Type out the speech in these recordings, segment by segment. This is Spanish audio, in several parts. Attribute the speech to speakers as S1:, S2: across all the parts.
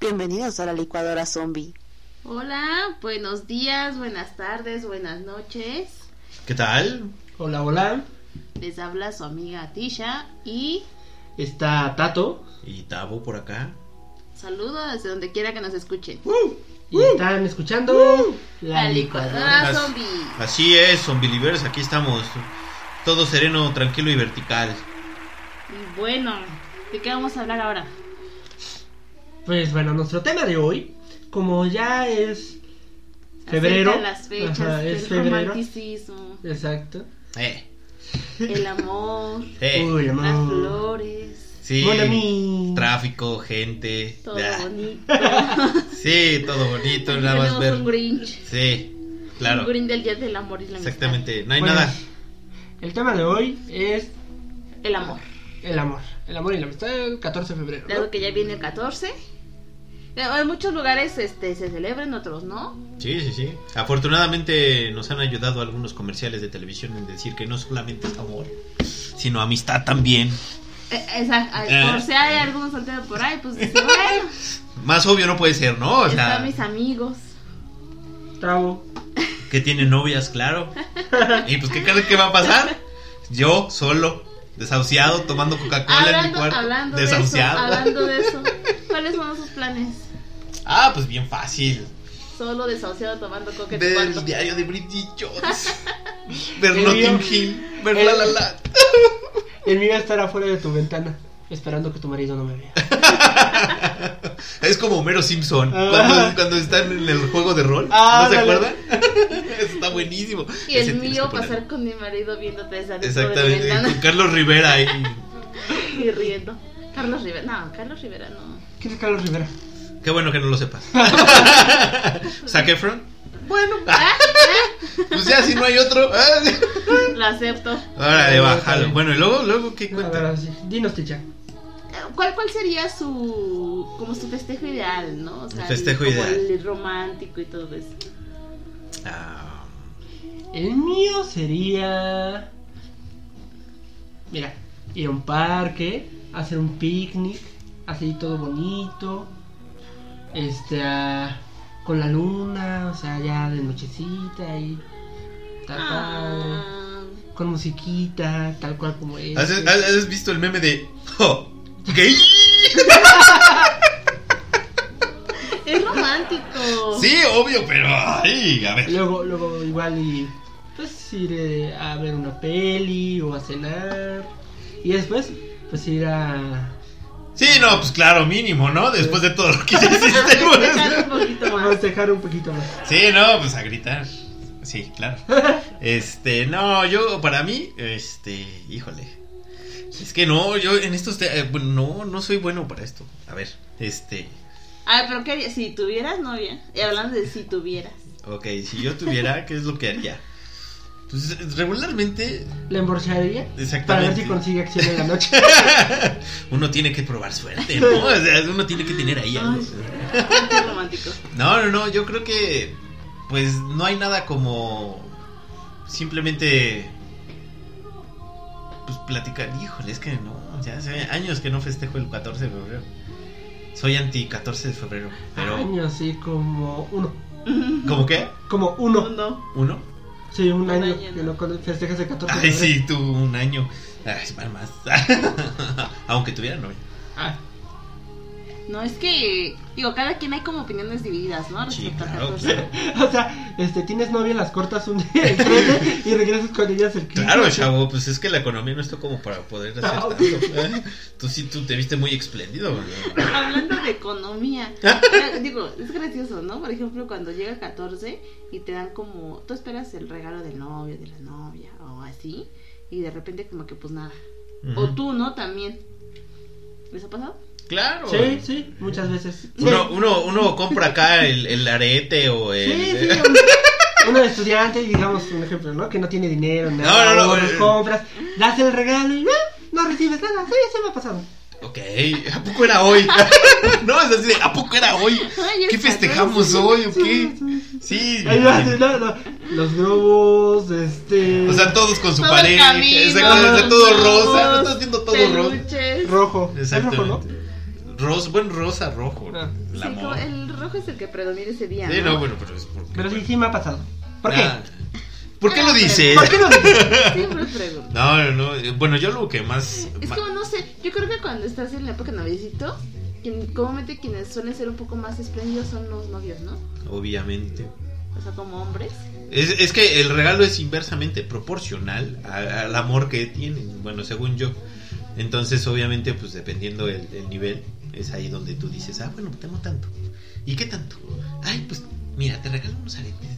S1: Bienvenidos a la licuadora zombie.
S2: Hola, buenos días, buenas tardes, buenas noches.
S3: ¿Qué tal?
S4: Hola, hola.
S2: Les habla su amiga Tisha y
S4: Está Tato.
S3: Y Tabo por acá.
S2: saludo desde donde quiera que nos escuchen.
S3: Uh,
S4: Y están escuchando la licuadora.
S2: Ah,
S3: As-
S2: zombie.
S3: Así es, Zombilivers, aquí estamos. Todo sereno, tranquilo y vertical.
S2: Y bueno, ¿de qué vamos a hablar ahora?
S4: Pues bueno, nuestro tema de hoy, como ya es febrero.
S2: Acerca de las fechas,
S4: Ajá,
S2: del
S4: es febrero.
S2: romanticismo,
S4: Exacto.
S3: Eh,
S2: el amor,
S3: eh.
S4: Uy,
S2: las
S4: amor.
S2: flores,
S3: Sí.
S4: Mon ami.
S3: Tráfico, gente.
S2: todo
S3: ya.
S2: bonito.
S3: Sí, todo bonito, nada más
S2: Tenemos
S3: ver.
S2: un Grinch.
S3: Sí,
S2: Un
S3: claro.
S2: Grinch del Día del Amor y la Amistad.
S3: Exactamente. No hay
S4: Bueno,
S3: nada.
S4: El tema de hoy es
S2: El amor.
S4: el amor. El amor y la amistad, el 14 de febrero. ¿no?
S2: Dado que ya viene el 14. Pero En muchos lugares este, se celebran, otros no.
S3: Sí, sí, sí. Afortunadamente nos han ayudado algunos comerciales de televisión en decir que no solamente es amor, sino amistad también.
S2: Eh, Exacto.
S3: Eh.
S2: Por si hay algún soltero por ahí, pues dice, bueno,
S3: Más obvio no puede ser, ¿no? O
S2: están
S3: sea,
S2: mis amigos.
S4: Trabo.
S3: que tiene novias, claro. ¿Y pues qué crees que va a pasar? Yo solo, desahuciado, tomando Coca-Cola en mi
S2: Hablando,
S3: cuarto.
S2: hablando de eso,
S3: desahuciado.
S2: hablando de eso. ¿Cuáles son sus planes?
S3: Ah, pues bien fácil.
S2: Solo desahuciado tomando coca
S3: Ver
S2: en tu
S3: el
S2: cuarto.
S3: diario de Bridget Jones. ver
S4: El
S3: Notting
S4: mío.
S3: Hill. Ver
S4: El-
S3: la la la.
S4: El mío estará fuera de tu ventana, esperando que tu marido no me vea.
S3: Es como Homero Simpson
S4: Ah.
S3: cuando, cuando están en el juego de rol.
S4: Ah,
S3: ¿No se
S4: ándale.
S3: acuerdan? Eso está buenísimo.
S2: Y
S3: Ese
S2: el
S3: tienes
S2: mío
S3: que poner.
S2: pasar con mi marido viendo desde adentro de mi
S3: Exactamente, con
S2: ventana
S3: Carlos Rivera ahí.
S2: y riendo. Carlos Rivera, no, Carlos Rivera no.
S4: ¿Quién es Carlos Rivera?
S3: Qué bueno que no lo sepas. Zac Efron. Bueno,
S4: ah,
S3: pues ya si no hay otro. ah, sí.
S2: Lo acepto.
S3: Órale, bájalo. Bueno, y luego, luego, ¿qué
S4: A ver,
S3: cuenta?
S4: así, Dinos, Ticha.
S2: ¿Cuál, ¿Cuál sería su como su festejo ideal, no? O
S3: Un festejo
S2: el-
S3: ideal.
S2: el romántico y todo eso.
S3: Ah,
S4: El mío sería. Mira, ir a un parque, hacer un picnic, así todo bonito. Este, ah, con la luna, o sea, ya de nochecita y. Tal padre,
S2: Ah,
S4: Con musiquita, tal cual como es.
S3: ¿has, has- has visto el meme de. "Jo, gay"?
S2: Ah, es romántico.
S3: Sí, obvio, pero. Ay, a ver.
S4: Luego, luego igual y pues ir eh, a ver una peli o a cenar. Y después, pues ir a
S3: Sí, no, pues claro, mínimo, ¿no? Después de todo lo que ya hiciste.
S2: Dejar
S3: pues.
S2: un poquito
S4: a
S2: más.
S4: festejar un poquito más.
S3: Sí, no, pues a gritar. Sí, claro. Este, no, yo, para mí, este, híjole. Es que no, yo en estos. te- eh, no, no soy bueno para esto. A ver, este.
S2: Ay, pero ¿qué harías? Si tuvieras novia. Y hablando de si tuvieras.
S3: Ok, si yo tuviera, ¿qué es lo que haría? Pues regularmente,
S4: La emborracharía para ver
S3: exactamente.
S4: si consigue acción en la noche.
S3: uno tiene que probar suerte, ¿no? O sea, uno tiene que tener ahí algo.
S2: Qué romántico.
S3: No, no, no, yo creo que pues no hay nada como simplemente pues platicar, híjole, es que no, ya hace años que no festejo el 14 de febrero. Soy anti 14 de febrero, pero
S4: Año, sí, como uno.
S3: ¿cómo qué?
S4: Como uno.
S2: Mundo.
S3: ¿Uno?
S4: Sí, un,
S2: Un
S4: año,
S2: año,
S4: que
S2: ¿no?
S4: no con- festejas el 14 de
S3: Ay,
S4: febrero.
S3: sí, tú un año. Ay, mal más. Aunque tuviera novia.
S4: Ah,
S2: No, es que, digo, cada quien hay como opiniones divididas,
S4: Ah,
S2: ¿no?
S4: pues,
S3: Sí,
S2: Respecto a
S3: claro,
S2: 14.
S3: claro.
S4: o sea, este, tienes novia, las cortas un día el 13 y regresas con ellas el 15.
S3: Claro, chavo, pues es que la economía no está como para poder hacer
S4: Ah, ok.
S3: tanto. ¿eh? Tú sí, tú te viste muy espléndido. ¿no?
S2: Hablando de economía, eh, digo, es gracioso, ¿no? Por ejemplo, cuando llega el 14 y te dan como, tú esperas el regalo del novio, de la novia o así, y de repente como que pues nada. O
S3: Ujú.
S2: tú, ¿no? También. ¿Les ha pasado?
S3: Claro.
S4: Sí, sí, muchas veces. Sí,
S3: Uno, uno, uno compra acá el, el arete o el. eh,
S4: sí, sí, un- uno de estudiante, digamos, un ejemplo, ¿no? Que no tiene dinero, nada,
S3: No, no, no,
S4: o
S3: eh,
S4: compras, das el regalo y ah, no recibes nada. Sí, se me ha pasado.
S3: Ok, ¿a poco era hoy? no, es así de, ¿a poco era hoy?
S2: Ay,
S3: ¿Qué
S2: es
S3: festejamos
S2: catorce.
S3: hoy o qué? Sí.
S4: Ahí va, sí, no, no. Los globos, este.
S3: O sea, todos con su
S2: Todo el
S3: pareja.
S2: camino,
S3: Exactamente,
S2: los
S3: todo
S2: globos,
S3: rosa. No estás viendo todo rosa.
S2: peluches.
S4: rojo. Es rojo, ¿no?
S3: Exactamente. Rosa, buen rosa, rojo.
S4: Ah.
S2: Sí,
S3: El
S2: como
S3: amor.
S2: el rojo es el que predomina ese día.
S3: Sí,
S2: ¿no?
S3: no, bueno, pero es porque.
S4: Pero sí,
S3: bueno.
S4: sí me ha pasado. ¿Por qué?
S3: Ah, ¿Por qué
S2: Ah,
S3: lo
S2: pero-
S3: dices?
S4: ¿Por qué no?
S2: Siempre pregunto.
S3: No, no, no. eh, Bueno, yo lo que más.
S2: Es
S3: ma-
S2: como, no sé, yo creo que cuando estás en la época de noviecito, quien, comúnmente quienes suelen ser un poco más espléndidos son los novios, ¿no?
S3: Obviamente.
S2: O sea, como hombres.
S3: Es, es que el regalo es inversamente proporcional a- al amor que tienen, bueno, según yo. Entonces, obviamente, pues dependiendo el, el nivel, es ahí donde tú dices, ah, bueno, tengo tanto. ¿Y qué tanto? Ay, pues mira, te regalo unos aretes.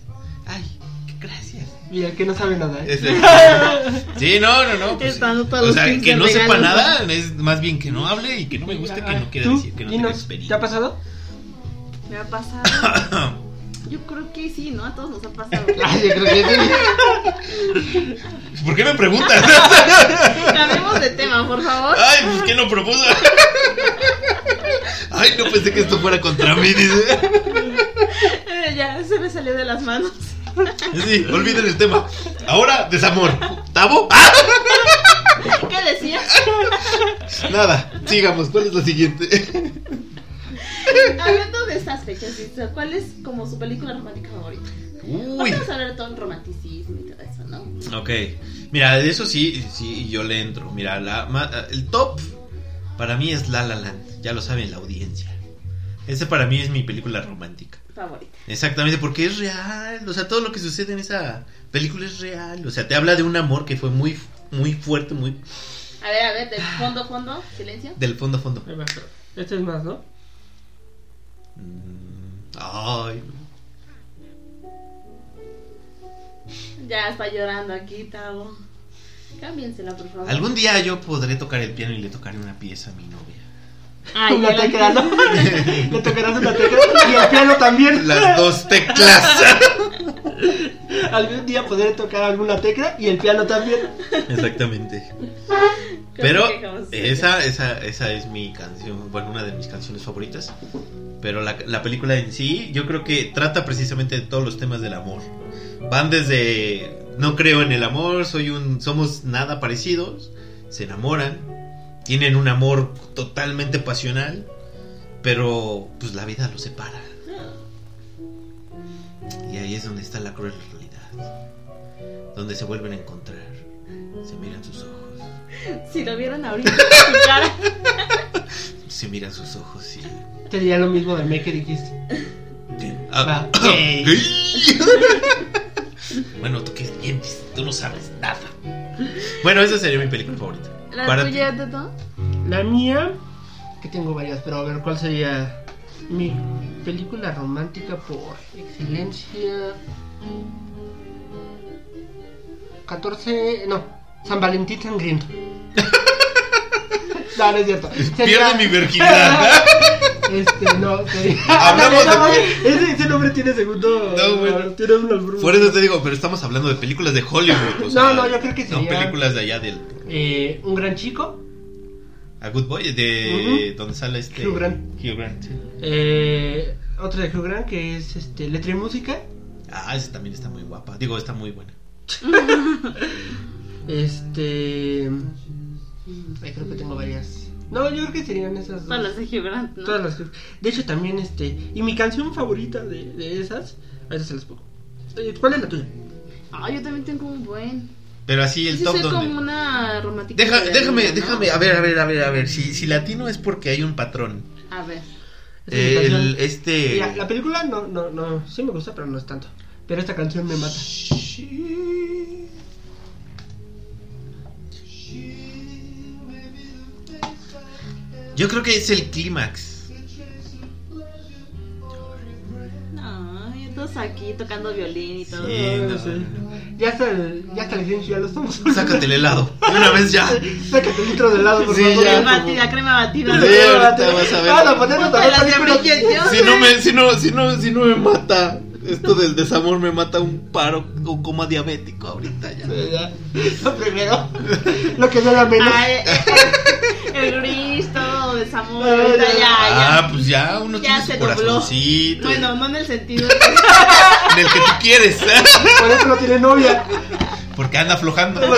S3: Ay, qué gracias.
S4: Mira, que no sabe nada. ¿eh?
S3: Es de- Sí, no, no, no. pues,
S2: Están todos
S3: o sea,
S2: los
S3: que no
S2: 15
S3: sepa
S2: regalos.
S3: nada, es más bien que no hable y que no me guste, que no quiera
S4: ¿Tú?
S3: decir, que no tenga
S4: Dinos, ¿Te ha
S3: experiencia.
S4: pasado?
S2: Me ha pasado. Yo creo que sí, ¿no? A todos nos ha pasado.
S4: Ay, yo creo que sí.
S3: ¿Por qué me preguntas?
S2: Cambiemos de tema, por favor.
S3: Ay, pues ¿qué no propuso? Ay, no pensé que esto fuera contra mí, dice.
S2: Eh, Ya se me salió de las manos.
S3: Sí, olviden el tema. Ahora, desamor. ¿Tabo? ¡Ah!
S2: ¿Qué decía?
S3: Nada, sigamos. ¿Cuál es la siguiente?
S2: Hablando de estas fechas, Itzel, ¿cuál es como su película romántica favorita?
S3: Uy.
S2: Vamos a hablar de todo el romanticismo y todo eso, ¿no?
S3: Ok. Mira, de eso sí, sí, yo le entro. Mira, la, ma- el top para mí es La La Land. Ya lo saben la audiencia. Ese para mí es mi película romántica.
S2: Favorita.
S3: Exactamente, porque es real, o sea, todo lo que sucede en esa película es real, o sea, te habla de un amor que fue muy muy fuerte, muy
S2: A ver, a ver, del fondo, fondo, silencio.
S3: del fondo a fondo.
S4: Ahí va. Este es más, ¿no?
S3: Mm, Ay,
S2: Ya está llorando aquí, Tavo. Cámbiensela, por favor.
S3: algún día yo podré tocar el piano y le tocaré una pieza a mi novia.
S2: Ay,
S4: una
S2: ya la-
S4: tecla, ¿no? Le tocarás una tecla y el piano también.
S3: Las dos teclas.
S4: Algún día podré tocar alguna tecla y el piano también.
S3: Exactamente.
S2: Creo
S3: Pero
S2: que acabamos de-
S3: esa, esa, esa es mi canción, bueno, una de mis canciones favoritas. Pero la, la película en sí, yo creo que trata precisamente de todos los temas del amor. Van desde no creo en el amor, soy un, somos nada parecidos, se enamoran, tienen un amor totalmente pasional, pero pues la vida los separa.
S2: Ah.
S3: Y ahí es donde está la cruel realidad, donde se vuelven a encontrar, se miran sus ojos.
S2: Si lo vieron ahorita, su cara.
S3: se miran sus ojos y.
S4: Te diría lo mismo de me que dijiste.
S3: Ah.
S4: Va. Ey.
S3: bueno, tú qué dientes, tú no sabes nada. Bueno, esa sería mi película favorita.
S2: ¿La
S3: Para ti.
S2: tuya, Toto?
S4: La mía, que tengo varias, pero a ver, ¿cuál sería mi película romántica por excelencia? 14, no, San Valentín Sangriento. No, no es cierto.
S3: Pierde mi virginidad.
S4: Este, no, sería.
S3: Hablamos de-
S4: No, no, no, Ese, ese nombre tiene segundo.
S3: No, bueno.
S4: Tiene un albur.
S3: Por eso te digo, pero estamos hablando de películas de Hollywood. o
S4: No,
S3: sea,
S4: no, yo creo que
S3: No,
S4: sería-
S3: películas de allá del.
S4: Eh, un gran chico.
S3: A Good Boy, de donde sale este.
S4: Hugh Grant.
S3: Hugh Grant, sí.
S4: Eh, otra de Hugh Grant que es este, Letra y Música.
S3: Ah, esa también está muy guapa. Digo, está muy buena.
S4: Este. ay, creo que tengo varias. No, yo creo que serían esas
S2: Todas las
S4: dos.
S2: de Hugh Grant, ¿no?
S4: Todas las que- De hecho, también este. Y mi canción favorita de, de esas. A esas se las pongo. Eh, ¿Cuál es la tuya?
S2: Ah, yo también tengo un buen.
S3: Pero así el
S2: Yo sí
S3: top
S2: soy
S3: donde.
S2: como una romántica.
S3: Deja-
S2: de
S3: déjame,
S2: alumna, ¿no?
S3: déjame, a ver, a ver, a ver, a ver. Si, si latino es porque hay un patrón.
S2: A ver.
S4: Esa es mi
S3: El-
S4: canción.
S3: este.
S4: Mira, la película no, no, no. Sí me gusta, pero no es tanto. Pero esta canción me mata.
S3: She- Yo creo que es el clímax.
S2: No, y todos aquí tocando violín y todo.
S3: Sí, no,
S4: sí.
S3: no,
S4: Ya está el, ya está el silencio, ya lo estamos.
S3: no. Sácate el helado. De Una vez ya.
S4: Sácate el litro de helado, por
S3: Sí,
S4: favor.
S2: La
S3: ya.
S2: batida, crema batida.
S3: Sí, ahorita vas a ver.
S4: Vamos a ponernos
S2: Ponte
S4: a ver
S2: las de
S4: películas.
S2: brillantes.
S3: Si no me, si no, si no, si no me mata. Esto del desamor me mata un paro o coma diabético ahorita ya.
S4: Sí, ya. Lo primero. Lo que sea la menos.
S2: Ay, el gris, todo el amor ahorita ya, ya.
S3: Ah, pues ya uno
S2: Ya
S3: tiene
S2: se
S3: su
S2: dobló.
S3: corazoncito.
S2: Bueno, no en el sentido
S3: En el que tú quieres.
S4: Por eso no tiene novia.
S3: Porque anda aflojando.
S2: No,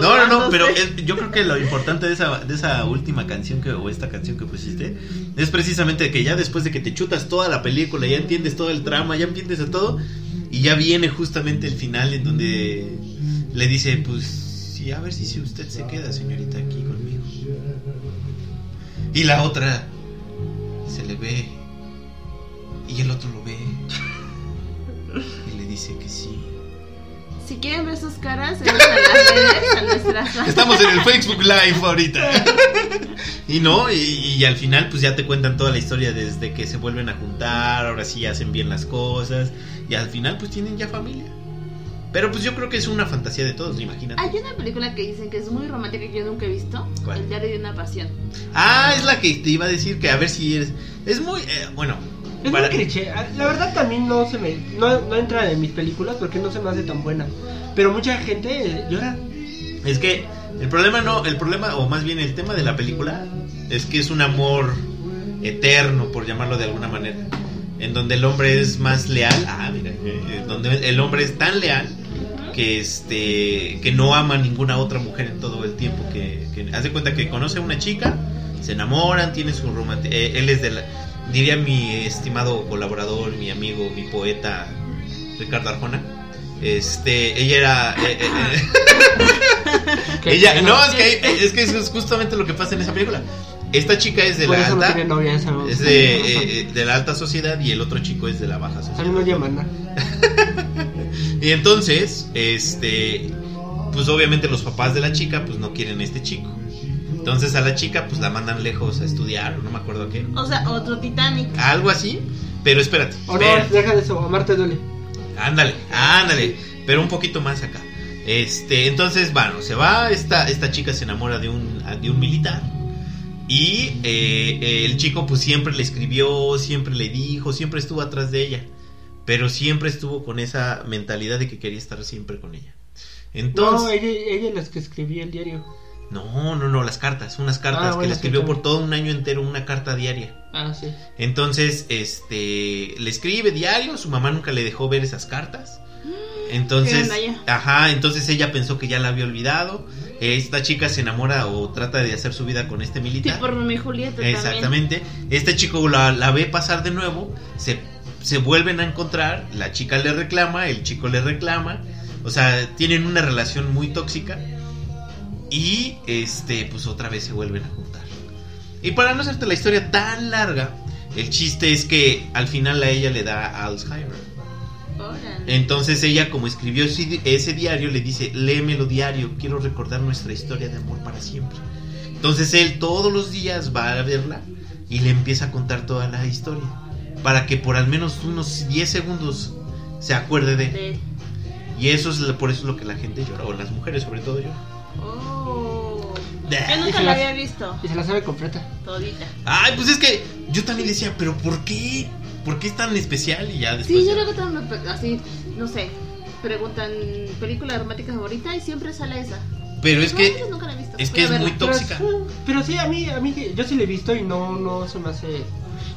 S3: No, no, no,
S2: este
S3: pero es- yo creo que lo importante de esa, de esa última canción que, o esta canción que pusiste es precisamente que ya después de que te chutas toda la película, ya entiendes todo el trama, ya entiendes a todo, y ya viene justamente el final en donde le dice, pues, sí, a ver si, si usted se queda, señorita, aquí conmigo. Y la otra se le ve, y el otro lo ve, y le dice que sí.
S2: Si quieren ver sus caras, entren a las redes, a nuestras-
S3: Estamos en el Facebook Live ahorita. Y no, y, y al final pues ya te cuentan toda la historia desde que se vuelven a juntar, ahora sí hacen bien las cosas, y al final pues tienen ya familia. Pero pues yo creo que es una fantasía de todos,
S2: Hay
S3: imagínate.
S2: una película que dicen que es muy romántica que yo nunca he visto.
S3: ¿Cuál?
S2: El diario de una pasión.
S3: Ah, es la que te iba a decir que a ver si eres... Es muy... eh, bueno,
S4: Es
S3: para-
S4: muy cliché. La verdad también no se me no, no entra en mis películas porque no se me hace tan buena. Pero mucha gente eh, llora.
S3: es que el problema no, el problema, o más bien el tema de la película, es que es un amor eterno, por llamarlo de alguna manera. En donde el hombre es más leal. Ah, mira. eh, Donde el hombre es tan leal que este que no ama a ninguna otra mujer en todo el tiempo que, que haz de cuenta que conoce a una chica se enamoran tienen su romance eh, él es de la diría mi estimado colaborador mi amigo mi poeta Ricardo Arjona este ella era eh, eh, eh, ella no es que es que eso es justamente lo que pasa en esa película esta chica es de
S4: Por
S3: la
S4: eso no
S3: alta
S4: tiene novia esa.
S3: es de, eh, eh, de la alta sociedad y el otro chico es de la baja
S4: A mí no
S3: sociedad.
S4: llaman nada.
S3: Y entonces, este, pues obviamente los papás de la chica pues no quieren a este chico. Entonces a la chica pues la mandan lejos a estudiar, o no me acuerdo qué.
S2: O sea, otro Titanic.
S3: Algo así, pero espérate.
S4: O no,
S3: espérate.
S4: deja de eso. Amar te duele.
S3: Ándale, ándale, pero un poquito más acá. Este, entonces, bueno, se va, esta, esta chica se enamora de un, de un militar. Y eh, eh, el chico pues siempre le escribió, siempre le dijo, siempre estuvo atrás de ella. Pero siempre estuvo con esa mentalidad de que quería estar siempre con ella.
S4: no,
S3: Entonces,
S4: ella, ella es la que escribía el diario.
S3: no, no, no, las cartas, unas cartas
S4: Ah,
S3: que
S4: bueno,
S3: le
S4: sí,
S3: escribió
S4: también.
S3: por todo un año entero, una carta diaria.
S4: Ah, sí.
S3: Entonces, este, le escribe diario, su mamá nunca le dejó ver esas cartas. Entonces,
S2: Mm, Qué onda
S3: ajá, entonces ella pensó que ya la había olvidado. Esta chica se enamora o trata de hacer su vida con este militar.
S2: Tipo Romeo y Julieta también.
S3: Exactamente. Este chico la, la ve pasar de nuevo, se, se vuelven a encontrar, la chica le reclama, el chico le reclama. O sea, tienen una relación muy tóxica. Y este, pues otra vez se vuelven a juntar. Y para no hacerte la historia tan larga, el chiste es que al final a ella le da Alzheimer.
S2: Órale.
S3: Entonces ella, como escribió ese di- ese diario, le dice, léemelo diario, quiero recordar nuestra historia de amor para siempre. Entonces él todos los días va a verla y le empieza a contar toda la historia, para que por al menos unos 10 segundos se acuerde de él.
S2: De-
S3: Y eso es lo- por eso es lo que la gente llora, o las mujeres sobre todo lloran.
S2: Oh. Yo
S3: Nah.
S2: nunca la había visto.
S4: Y se la sabe completa.
S2: Todita.
S3: Ay, pues es que yo también decía, pero ¿por qué? ¿Por qué es tan especial? Y ya después...
S2: Sí, yo
S3: ya-
S2: luego también, me pe- así, no sé, preguntan película romántica favorita y siempre sale esa.
S3: Pero es
S2: No,
S3: que...
S2: esa nunca la he visto.
S3: es
S2: Voy
S3: que
S2: a
S3: es
S2: verla.
S3: muy Tóxica.
S4: Pero, eh, pero sí, a mí, a mí, que- yo sí le he visto y no, no se me hace.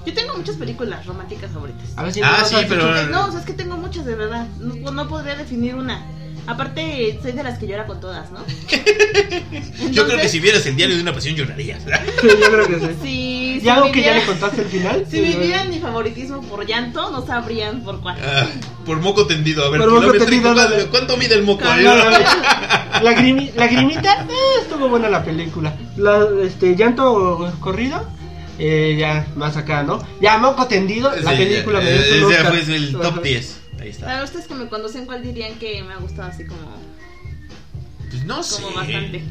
S2: Yo tengo muchas películas románticas favoritas.
S4: A ver si me
S3: Ah,
S4: vas
S3: sí,
S4: a decir
S3: pero-
S4: que-
S2: Eh, No, o sea, es que tengo muchas de verdad. No, pues, no podría definir una. Aparte, soy de las que llora con todas, ¿no?
S3: Yo creo que
S2: Entonces,
S3: si vieras el diario de una pasión llorarías.
S4: Sí, yo creo que sí.
S2: Si, si
S4: ¿Ya algo que ya
S2: vivieran-
S4: le contaste al final?
S2: si vivieran mi favoritismo por llanto, no sabrían por cuál.
S3: Ah, por moco tendido, a ver,
S4: Por moco
S3: kilométrico,
S4: tendido,
S3: ¿cuál-
S4: dale.
S3: ¿cuánto mide el moco? eh?
S4: No, no, no. La, grimi- la grimita, eh, estuvo buena la película. La, este, llanto corrido, eh, ya más acá, ¿no? Ya moco tendido, la
S3: Sí,
S4: película
S3: ya,
S4: me
S3: eh,
S4: dio un
S3: ese
S4: Oscar.
S3: fue el top
S4: Ajá.
S3: 10. Ahí está.
S2: Para ustedes que me conocen, ¿cuál dirían que me ha gustado así como...
S3: Pues no sé.
S2: bastante.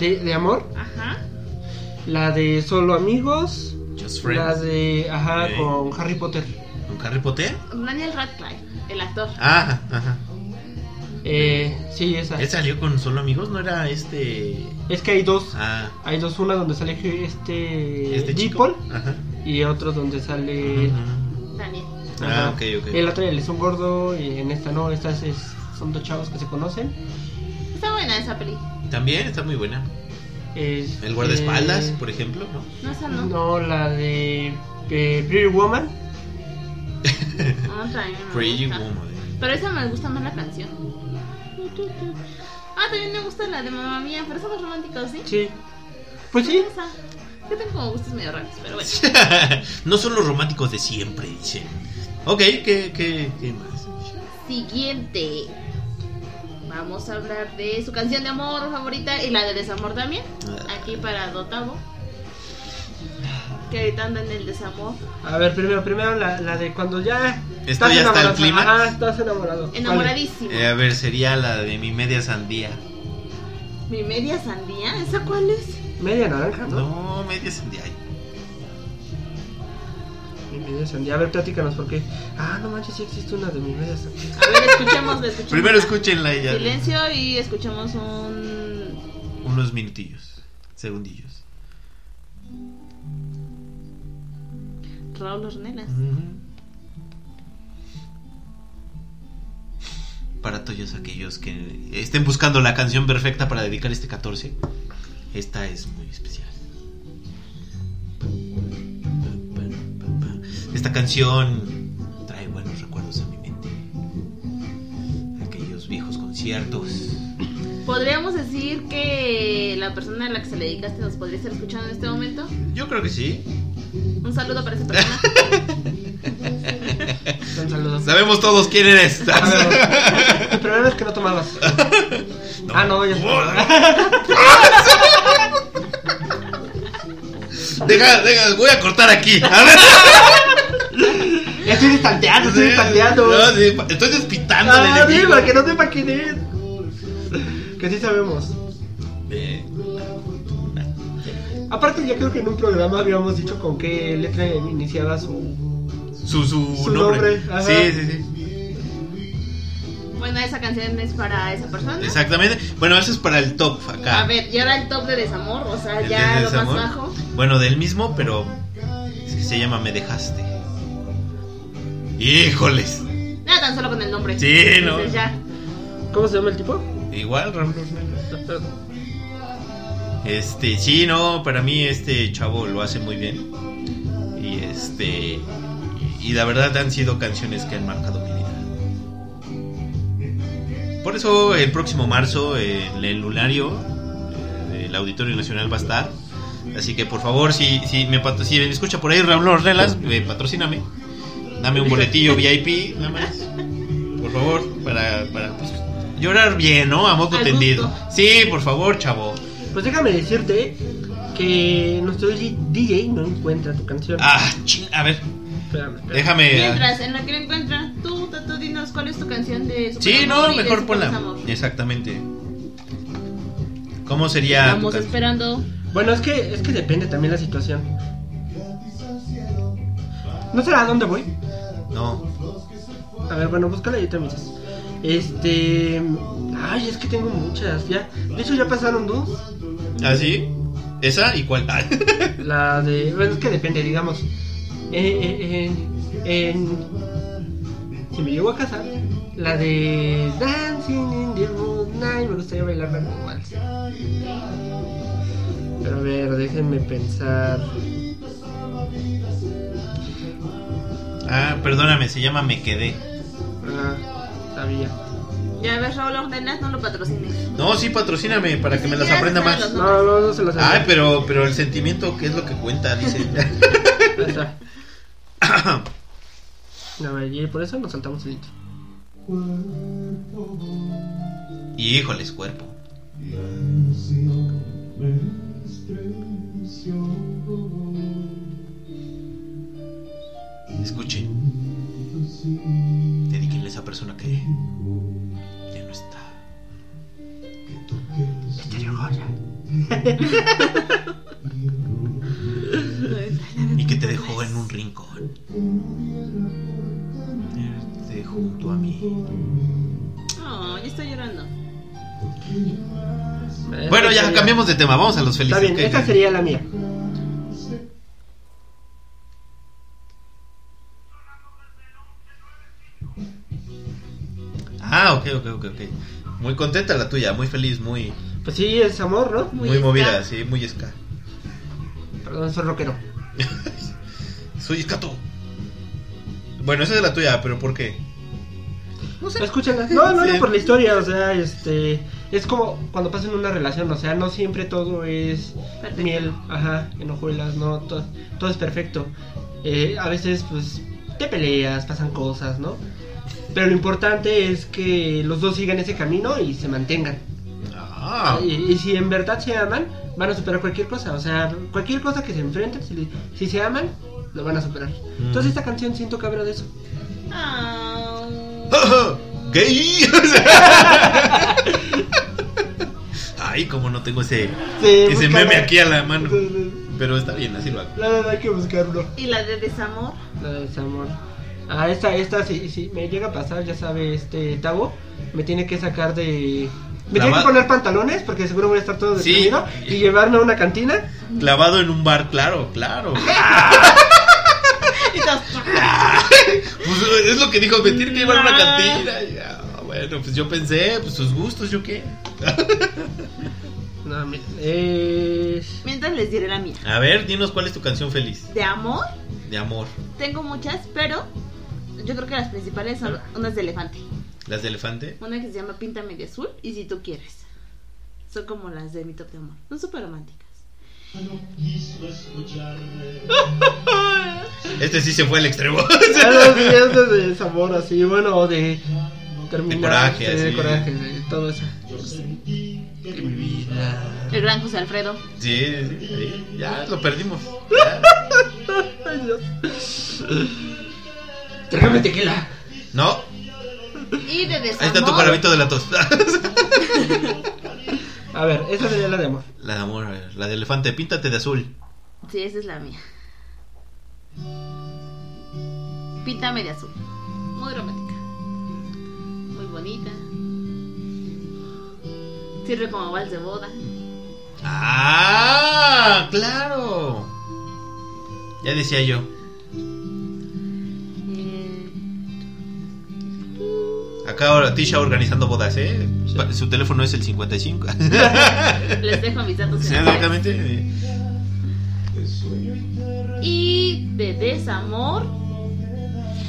S4: De, de amor,
S2: Ajá.
S4: la de solo amigos,
S3: Just
S4: la
S3: Friends.
S4: de, ajá,
S3: Ok.
S4: con Harry Potter.
S3: ¿Con Harry Potter?
S2: Daniel Radcliffe, el actor.
S3: Ah, ajá.
S4: Eh, sí, esa.
S3: Él salió con solo amigos, no era este.
S4: Es que hay dos,
S3: Ah,
S4: hay dos, una donde sale este,
S3: este
S4: Deadpool
S3: chico. Ajá.
S4: y otro donde sale...
S3: Ujú.
S2: Daniel.
S3: Ah,
S4: Ajá.
S3: ok, ok.
S4: El otro es un gordo y en esta no, estas es- son dos chavos que se conocen.
S2: Está buena esa peli.
S3: También está muy buena.
S4: Este,
S3: El guardaespaldas, por ejemplo, ¿no?
S2: No, esa no.
S4: No, la de eh, Pretty Woman.
S2: No, otra a mí no me
S3: Pretty
S2: gusta.
S3: Woman.
S2: Pero esa me gusta más la canción. Ah, también me gusta la de Mamá Mía, pero somos románticos, ¿sí?
S4: Sí. Pues sí.
S2: Esa. Yo tengo como gustos medio raros, pero bueno.
S3: no son los románticos de siempre, dicen. Ok, ¿qué, qué, qué más?
S2: Siguiente. Vamos a hablar de su canción de amor favorita y la de desamor también.
S4: Ah.
S2: Aquí para Dotavo. Que ahorita anda en el desamor.
S4: A ver, primero, primero la, la de cuando ya.
S3: ¿Estoy hasta el
S4: enamorado.
S3: clímax?
S4: Ah, estás enamorado. Vale.
S2: Enamoradísimo.
S3: Eh, a ver, sería la de mi media sandía.
S4: Eh.
S2: Mi media sandía, ¿esa cuál es?
S4: Media naranja, ¿no?
S3: No, media sandía. ay,
S4: Mi media sandía. A ver, platícanos por qué. Ah, no manches, sí existe una de mi media sandía.
S2: A ver, escuchémosla, escuchémosla.
S3: Primero escúchenla y ya.
S2: Silencio y escuchamos un.
S3: Unos minutillos, segundillos.
S2: Raúl Ornelas.
S3: Para todos aquellos que estén buscando la canción perfecta para dedicar este 14, esta es muy especial. Esta canción trae buenos recuerdos a mi mente. Aquellos viejos conciertos.
S2: ¿Podríamos decir que la persona a la que se le dedicaste nos podría estar escuchando en este momento?
S3: Yo creo que sí.
S2: Un saludo para esa persona.
S4: Un saludo.
S3: Sabemos todos quién eres.
S4: A ver, El problema es que no tomabas. Ah, no, ya
S3: Deja, deja, voy a cortar aquí. A ver.
S4: Estoy distanteando, estoy distanteando.
S3: No, sí, estoy despitando al
S4: Ah, sí,
S3: enemigo.
S4: para que no sepa quién es. Que sí sabemos.
S3: Eh,
S4: Aparte, ya creo que en un programa habíamos dicho con qué letra iniciaba su.
S3: su, su,
S4: Su
S3: nombre.
S4: nombre, ajá.
S3: Sí, sí, sí.
S2: bueno, esa canción es para esa persona.
S3: Exactamente. Bueno, eso es para el top acá.
S2: A ver, y ahora el top de desamor, o sea,
S3: El
S2: ya
S3: de
S2: lo
S3: desamor.
S2: más bajo.
S3: Bueno, del mismo, pero es que se llama Me dejaste. Híjoles.
S2: Nada, tan solo con el nombre.
S3: Sí,
S2: Entonces
S3: no.
S2: ya.
S4: ¿Cómo se llama el tipo?
S3: Igual, Raúl Ornelas. Este, sí, no, para mí este chavo lo hace muy bien. Y este. Y la verdad han sido canciones que han marcado mi vida. Por eso el próximo marzo eh, en el lunario, eh, el Auditorio Nacional va a estar. Así que por favor, si, si, me, patro- si me escucha por ahí Raúl Ornelas, eh, patrocíname. Dame un boletillo VIP, nada más. Por favor, para, para pues, llorar bien, ¿no? A moco
S2: Al
S3: tendido.
S2: gusto.
S3: Sí, por favor, chavo.
S4: Pues déjame decirte que nuestro DJ no encuentra tu canción.
S3: Ah, chin, a ver,
S4: Espérame, espérame.
S3: déjame. ah.
S2: Mientras, en la que lo encuentran, tú, Tato, dinos cuál es tu canción de Super
S3: Sí,
S2: Amor
S3: no,
S2: y de
S3: mejor
S2: Super
S3: ponla.
S2: Desamor.
S3: Exactamente. ¿Cómo sería? tu
S2: Estamos
S3: canción?
S2: esperando.
S4: Bueno, es que, es que depende también la situación. ¿No será a dónde voy?
S3: No.
S4: A ver, bueno, búscala y ahorita me dices. Este. Ay, es que tengo muchas. Ya. De hecho, ya pasaron dos.
S3: ¿Ah, sí? ¿Esa y cuál? Ah,
S4: La de. Bueno, es que depende, digamos. Eh, eh, en- en- Si me llego a casa, la de. Dancing in the Moonlight. Me gustaría bailar la waltz. Pero a ver, déjenme pensar.
S3: Ah, perdóname, se llama Me Quedé.
S4: Ah, sabía.
S2: Ya ves, Raúl Ordenas, no lo patrocines.
S3: No, sí, patrocíname para que me las aprenda más.
S4: No, no, no se lo sabía.
S3: Ay, pero, pero el sentimiento, ¿qué es lo que cuenta? Dice.
S4: Ahí está. A ver, y por eso nos saltamos el intro.
S3: Híjoles, cuerpo. Escuchen. Dedíquenle a esa persona que ya no está. Y que te dejó en un rincón. Este, junto a mí.
S2: No, ya estoy llorando.
S3: Bueno,
S4: Esta
S3: ya
S4: sería-
S3: cambiamos de tema. Vamos a los
S4: Está
S3: felices.
S4: bien,
S3: ¿Qué-
S4: esta sería la mía.
S3: Ah, ok, ok, ok, ok. Muy contenta la tuya, muy feliz, muy.
S4: Pues sí, es amor, ¿no?
S3: Muy,
S2: ska.
S3: movida, sí, muy ska.
S4: Perdón, soy rockero.
S3: Soy escato. Bueno, esa es la tuya, pero ¿por qué? No sé.
S4: Escúchenla. No, no,
S3: Sí.
S4: no por la historia, o sea, este. Es como cuando pasan una relación, o sea, no siempre todo es
S2: Perfecto.
S4: miel, ajá, en hojuelas, no, todo, todo es perfecto. Eh, a veces, pues, te peleas, pasan cosas, ¿no? Pero lo importante es que los dos sigan ese camino y se mantengan.
S3: Ah,
S4: Y, y si en verdad se aman, van a superar cualquier cosa. O sea, cualquier cosa que se enfrenten, si, si se aman, lo van a superar.
S3: Mm.
S4: Entonces esta canción siento que habla de eso.
S2: Ah,
S3: ¡Gay! Ay, como no tengo ese,
S4: Eh,
S3: ese
S4: búscala.
S3: meme aquí a la mano.
S4: Sí, sí.
S3: Pero está bien, así lo hago.
S4: La verdad hay que buscarlo.
S2: y la de desamor.
S4: La de desamor. Ah, esta, esta, si, si me llega a pasar, ya sabe, este Tavo, me tiene que sacar de... Me
S3: La
S4: tiene
S3: ma-
S4: que poner pantalones porque seguro voy a estar todo
S3: Sí.
S4: destruido y llevarme a una cantina.
S3: Clavado en un bar, claro, claro.
S2: Y todos,
S3: Pues eh, es lo que dijo, me tiene que llevar a una cantina. Y, ah, bueno, pues yo pensé, pues sus gustos, ¿yo qué?
S4: No, mi- es...
S2: Mientras les diré la mía.
S3: A ver, dinos cuál es tu canción feliz
S2: De amor,
S3: de amor.
S2: tengo muchas, pero yo creo que las principales son unas de elefante.
S3: ¿Las de elefante?
S2: Una que se llama Píntame de azul y si tú quieres. Son como las de mi top de amor. Son súper románticas.
S3: Este sí se fue al extremo.
S4: Ah, no, sí, es de desamor así, bueno, o de... Terminar,
S3: De coraje,
S4: sí, de
S3: así.
S4: coraje, de todo eso. Que mi vida...
S2: El gran José Alfredo.
S3: Sí, sí, sí, ya lo perdimos.
S4: Ay, Dios. Trágame tequila.
S3: No,
S2: Y de desamor.
S3: ahí está tu parabito de la tos.
S4: A ver, esa sería la de amor.
S3: La de amor, a ver, la de elefante, píntate de azul.
S2: Sí, esa es la mía. Píntame de azul. Muy romántica. Muy bonita. Sirve como vals de boda.
S3: ¡Ah! ¡Claro! Ya decía yo,
S2: Eh,
S3: acá ahora Tisha organizando bodas, ¿eh? Pa- Su teléfono es el 55.
S2: les dejo mis datos.
S3: Sí,
S2: en la red.
S3: exactamente. eh.
S2: Y de desamor.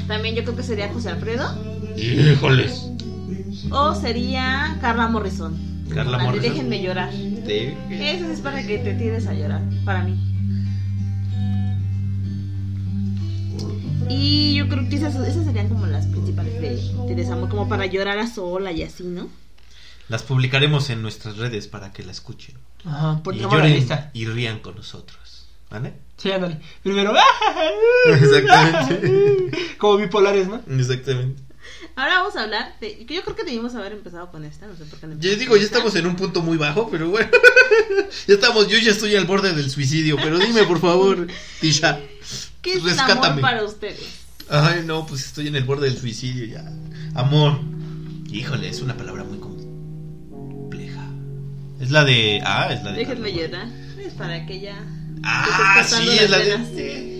S2: También yo creo que sería José Alfredo.
S3: Híjoles.
S2: O sería Carla Morrison.
S3: Carla
S2: La de
S3: Morrison.
S2: Déjenme llorar.
S3: Te-
S2: Esa es para que te tires a llorar, para mí. Y yo creo que esas, esas serían como las principales de, de desamor, como para llorar a sola y así, ¿no?
S3: Las publicaremos en nuestras redes para que la escuchen.
S4: Ajá,
S3: y
S4: pongamos la
S3: lloren
S4: lista.
S3: y rían con nosotros. ¿Vale?
S4: Sí, ándale. Primero, ¡ah!
S3: Exactamente.
S4: Como bipolares, ¿no?
S3: Exactamente.
S2: Ahora vamos a hablar de. que Yo creo que debimos haber empezado con esta, no sé por qué no
S3: Yo
S2: empezamos
S3: digo,
S2: con
S3: ya
S2: esta.
S3: estamos en un punto muy bajo, pero bueno. ya estamos, yo ya estoy al borde del suicidio, pero dime por favor, Tisha.
S2: ¿Qué es el
S3: rescátame.
S2: amor para ustedes?
S3: Ay, no, pues estoy en el borde del suicidio ya. Amor. Híjole, es una palabra muy compleja. Es la de. Ah, es la de.
S2: Déjenme llorar. Es para que ya.
S3: Ah,
S2: Estás
S3: sí,
S2: cortando
S3: es la
S2: las venas.
S3: de.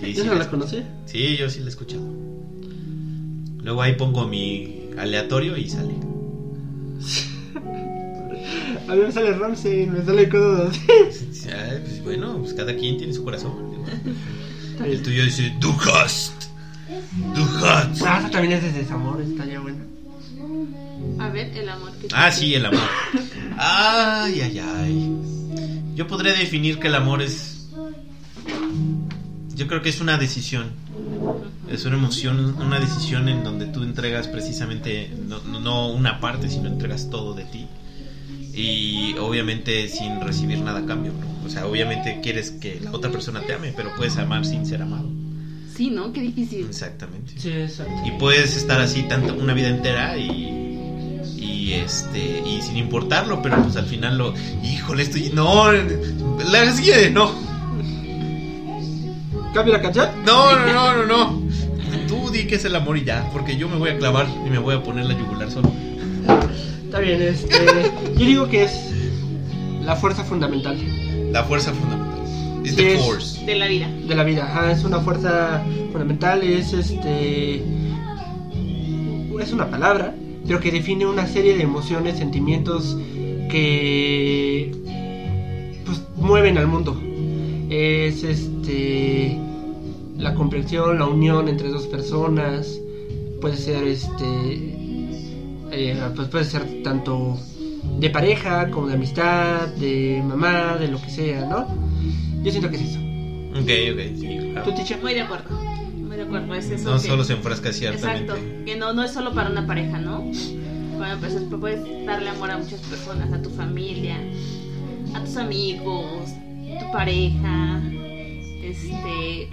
S3: Sí,
S4: Yo
S3: sí,
S4: no
S3: la
S4: la conocí.
S3: Sí, yo sí la he escuchado. Luego ahí pongo mi aleatorio y sale.
S4: A mí me sale Ramsey, me sale cosas así.
S3: Ah, pues bueno, pues cada quien tiene su corazón. digo. El tuyo dice Duhast. Duhast.
S4: Ah, esa también es de desamor, está ya buena.
S2: A ver, el amor que.
S3: Ah, sí, el amor. Ay, ay, ay. Yo podría definir que el amor es. Yo creo que es una decisión. Es una emoción, una decisión en donde tú entregas precisamente, no, no- no una parte, sino entregas todo de ti. Y obviamente sin recibir nada a cambio. ¿no? O sea, obviamente quieres que la otra persona te ame, pero puedes amar sin ser amado.
S2: Sí, ¿no? Qué difícil.
S3: Exactamente.
S4: Sí, exacto.
S3: Y puedes estar así tanto una vida entera y, y este y sin importarlo, pero pues al final lo híjole, estoy no la sigue, no.
S4: ¿Cambio la canción?
S3: No, no, no, no, no. Tú di que es el amor y ya, porque yo me voy a clavar y me voy a poner la yugular solo.
S4: Está bien, este. Yo digo que es la fuerza fundamental
S3: La fuerza fundamental. It's
S4: Sí
S3: the
S4: es.
S3: force.
S2: De la vida.
S4: de la vida. Ajá, es una fuerza fundamental, es este. Es una palabra, pero que define una serie de emociones, sentimientos que pues mueven al mundo. Es este la comprensión, la unión entre dos personas, puede ser este eh, pues puede ser tanto de pareja como de amistad, de mamá, de lo que sea, ¿no? Yo siento que es eso.
S3: Ok, ok, sí.
S4: ¿Tú, teacher?
S2: Muy de acuerdo. Muy de acuerdo. Es eso.
S3: No
S2: que-
S3: solo se enfrasca ciertamente.
S2: Exacto. Que no, no es solo para una pareja, ¿no? Para empezar, pues, puedes darle amor a muchas personas, a tu familia, a tus amigos, tu pareja. Este.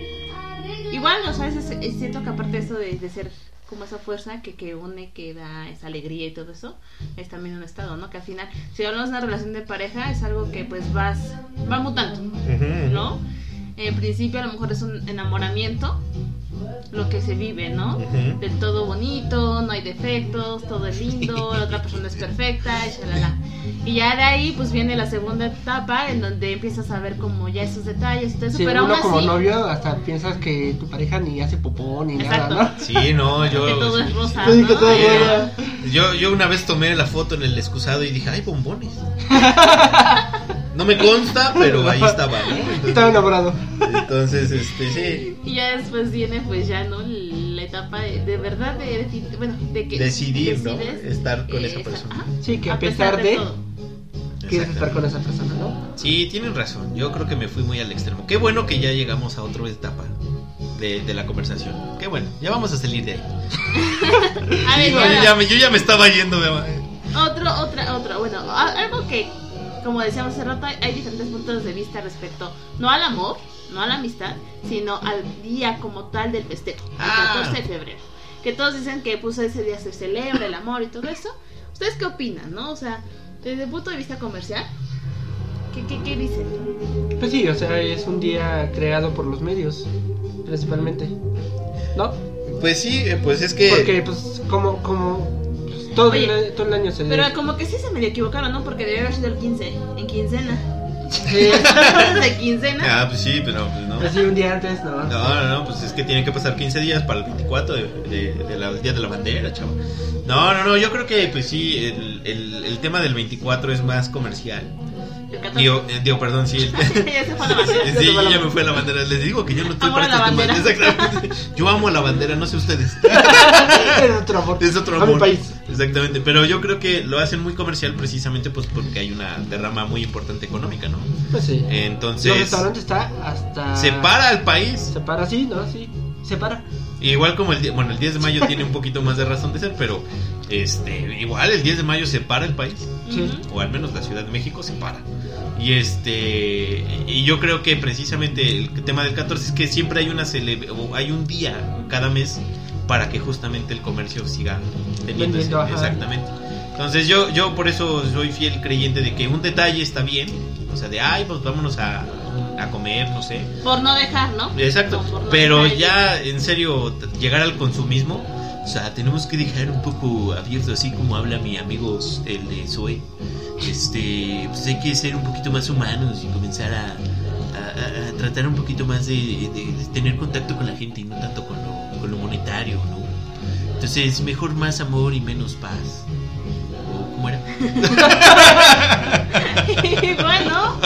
S2: Igual, o sea, es, es- siento que aparte de eso de, de ser como esa fuerza que, que une, que da esa alegría y todo eso, es también un estado, ¿no? Que al final, si hablamos de una relación de pareja, es algo que pues vas, va mutando.
S3: Ujú.
S2: ¿no? En principio a lo mejor es un enamoramiento, lo que se vive, ¿no?
S3: Ujú.
S2: Del todo bonito, no hay defectos, todo es lindo, la otra persona es perfecta, y shalala. Y ya de ahí pues viene la segunda etapa en donde empiezas a ver como ya esos detalles y todo eso,
S4: Sí,
S2: pero aún
S4: uno como
S2: así
S4: novio hasta piensas que tu pareja ni hace popó ni
S2: Exacto.
S4: nada,
S3: Sí, no,
S2: que
S3: yo.
S2: todo es rosa,
S4: ¿no? Sí, que
S2: ¿no?
S4: todo
S2: Y ya-
S4: rueda.
S3: Yo, yo una vez tomé la foto en el excusado y dije, ay, bombones. No me consta, pero ahí estaba, ¿no?
S4: Estaba
S3: Entonces,
S4: enamorado.
S3: entonces, este, sí.
S2: Y ya después viene pues ya, ¿no? La etapa de, de verdad de, de- bueno, de que
S3: Decidir, ¿no?
S2: decides,
S3: Estar con
S2: eh,
S3: esa
S2: esa-
S3: persona.
S2: ajá,
S4: Sí, que a pesar de,
S2: todo.
S4: quieres estar con esa
S3: Exactamente.
S4: persona, ¿no?
S3: Sí, tienen razón. Yo creo que me fui muy al extremo. Qué bueno que ya llegamos a otra etapa de, de la conversación. Qué bueno, ya vamos a salir de ahí.
S2: A ver,
S3: Yo
S2: ahora-
S3: ya, me, yo ya me estaba yendo, de...
S2: Otro, otra, otra. Bueno, a- algo que, como decíamos hace rato, hay hay diferentes puntos de vista respecto, no al amor, no a la amistad, sino al día como tal del festejo, el
S3: Ah.
S2: 14 de febrero. Que todos dicen que pues ese día se celebra el amor y todo eso. ¿Ustedes qué opinan, no? O sea, desde el punto de vista comercial, ¿qué, qué, qué dicen?
S4: Pues sí, o sea, es un día creado por los medios, principalmente. ¿No?
S3: Pues sí, eh, pues es que...
S4: Porque, pues, como, como, pues, todo,
S2: Oye,
S4: el, todo el año se...
S2: Pero como que sí se medio equivocaron, ¿no? Porque debe haber sido el 15, en quincena.
S4: Sí,
S2: de quincena.
S3: Ah, pues sí, pero pues no.
S4: pues sí, un día antes, no.
S3: No, no, no, pues es que tienen que pasar 15 días para el 24 de, de- de la- del Día de la Bandera, chavo. No, no, no, yo creo que pues sí, el, el- el tema del 24 es más comercial.
S2: El 14.
S3: Digo, eh, digo perdón, sí. el-
S2: ya se fue la bandera.
S3: Sí, yo ya me fue la bandera. Les digo que yo no estoy
S2: Amo la
S3: estos temas.
S2: bandera.
S3: Exactamente. Yo amo la bandera, no sé ustedes.
S4: Es otro amor.
S3: Es otro
S4: A
S3: amor.
S4: mi país.
S3: Exactamente, pero yo creo que lo hacen muy comercial precisamente pues porque hay una derrama muy importante económica, ¿no?
S4: Pues sí. Los
S3: Entonces,
S4: restaurantes está hasta...
S3: separa al país.
S4: Se para, sí, ¿no? Sí. Se para.
S3: Igual como el, die- bueno, el 10 de mayo tiene un poquito más de razón de ser, pero este, igual el 10 de mayo separa el país,
S2: Ujú.
S3: o al menos la Ciudad de México separa. Y este y yo creo que precisamente el tema del 14 es que siempre hay una cele- o hay un día cada mes para que justamente el comercio siga teniendo ese-
S4: Vendiendo, ajá.
S3: exactamente. Entonces yo yo por eso soy fiel creyente de que un detalle está bien, o sea, de ay, pues vámonos a a comer, no sé,
S2: Por no dejar, ¿no?
S3: Exacto,
S2: Por- por no
S3: pero
S2: dejar el-
S3: ya en serio, t- llegar al consumismo, o sea, tenemos que dejar un poco abierto, así como habla mi amigo S- el de Zoe. Este, pues hay que ser un poquito más humanos y comenzar a, a- a- a tratar un poquito más de, de- de tener contacto con la gente y no tanto con lo, con lo monetario, ¿no? Entonces, mejor más amor y menos paz. ¿O cómo era?
S2: Y bueno,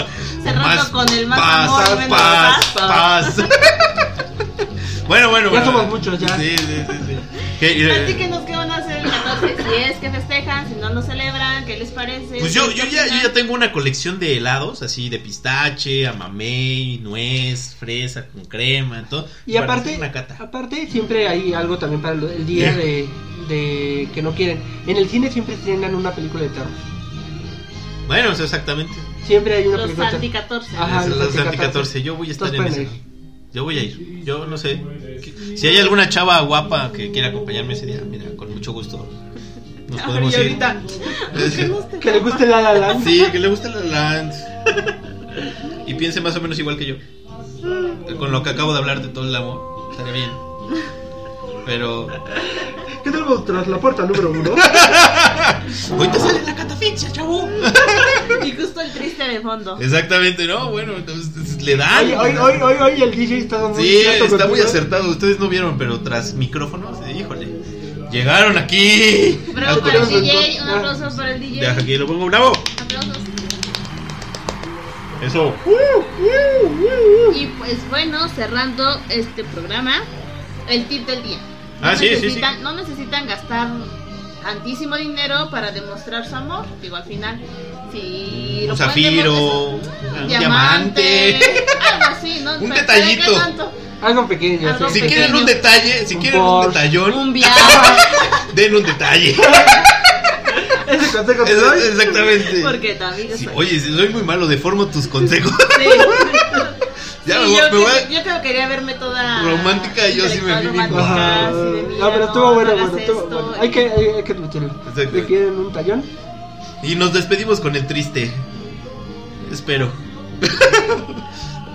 S2: cerrando con el más
S3: paz,
S2: amor, menos
S3: paz, paz, bueno, bueno,
S4: Ya
S3: bueno.
S4: somos muchos, ya.
S3: Sí, sí, sí. sí. Que, eh,
S2: Así que nos quedan a hacer el 14. Si es que festejan, si no, no celebran, ¿qué les parece?
S3: Pues yo,
S2: ¿Qué
S3: yo, ya, yo
S2: opinan?
S3: ya tengo una colección de helados, así de pistache, amamey, nuez, fresa con crema, todo.
S4: Y
S3: para
S4: aparte,
S3: hacer una cata.
S4: aparte siempre hay algo también para el día de, de que no quieren. En el cine siempre estrenan una película de terror.
S3: Bueno, eso exactamente.
S4: Siempre hay una
S2: Los
S4: película de terror.
S2: anti 14.
S4: Ajá,
S3: es
S4: los
S3: los anti
S4: 14.
S3: 14. Yo voy a estar
S4: Todos
S3: en
S4: pueden
S3: ese. Yo voy a ir. Yo no sé. Que- Si hay alguna chava guapa que quiera acompañarme ese día, mira, con mucho gusto. Nos podemos
S2: y
S3: ir.
S2: ahorita. que no esté
S4: Que le
S2: guapa.
S4: guste la la Land.
S3: Sí, que le gusta la Lance. Y piense más o menos igual que yo. Con lo que acabo de hablar de todo el amor. Estaría bien. Pero.
S4: ¿Qué tenemos tras la puerta número uno?
S3: Hoy te sale la catafixia, chavo.
S2: Y justo el triste de fondo.
S3: Exactamente, ¿no? Bueno, entonces, le dan.
S4: Oye, hoy, hoy, hoy, hoy el DJ está muy
S3: Ah, Sí,
S4: cierto
S3: está muy
S4: contigo.
S3: acertado. Ustedes no vieron, pero tras micrófonos, eh, híjole. Llegaron aquí.
S2: Bravo para el DJ, un aplauso para el DJ.
S3: Ya, aquí lo pongo bravo.
S2: Aplausos.
S3: Eso.
S2: Y pues bueno, cerrando este programa, el tip del día. No
S3: Ah, sí, sí,
S2: necesitan, No necesitan gastar tantísimo dinero para demostrar su amor. Digo, al final, si
S3: Un
S2: lo pueden
S3: zafiro,
S2: demostrar-
S3: un
S2: un
S3: diamante.
S2: diamante, algo así, ¿no?
S3: Un
S2: ¿Para- para
S3: detallito.
S2: qué tanto?
S4: Algo pequeño.
S2: Algo
S4: sí.
S3: Si quieren un detalle, si
S4: Un
S3: quieren un
S4: Porsche.
S2: Un
S3: detallón,
S2: viaje,
S3: den un detalle.
S4: Ese consejo te
S3: Eso-
S4: doy.
S3: Exactamente.
S2: porque también
S3: Sí,
S2: soy-
S3: oye, si soy muy malo, deformo tus consejos.
S2: Sí.
S3: Ya
S2: Sí,
S3: me voy-
S2: yo,
S3: me voy a-
S2: que- yo creo que quería verme toda
S3: Romántica, yo sí me vi bien
S2: intelectual,
S3: guapa.
S2: romántica,
S4: Ajá.
S2: así de, mira,
S4: No, pero estuvo bueno,
S2: hagas
S4: bueno, estuvo
S2: esto,
S4: bueno.
S2: y-
S4: Hay que, hay, hay que admitirlo.
S3: Exacto.
S4: ¿Le quieren un tallón?
S3: Y nos despedimos con el triste. Espero.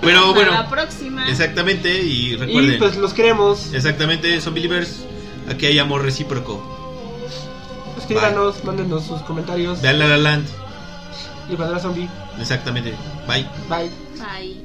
S3: Pero
S2: Hasta
S3: bueno,
S2: la próxima.
S3: exactamente. Y
S4: Y
S3: recuerden,
S4: pues los queremos.
S3: exactamente, son believers. Aquí hay amor recíproco.
S4: Escríbanos, mándenos sus comentarios.
S3: Dan la la land.
S4: Licuadora Zombie.
S3: Exactamente. Bye.
S4: Bye.
S2: Bye.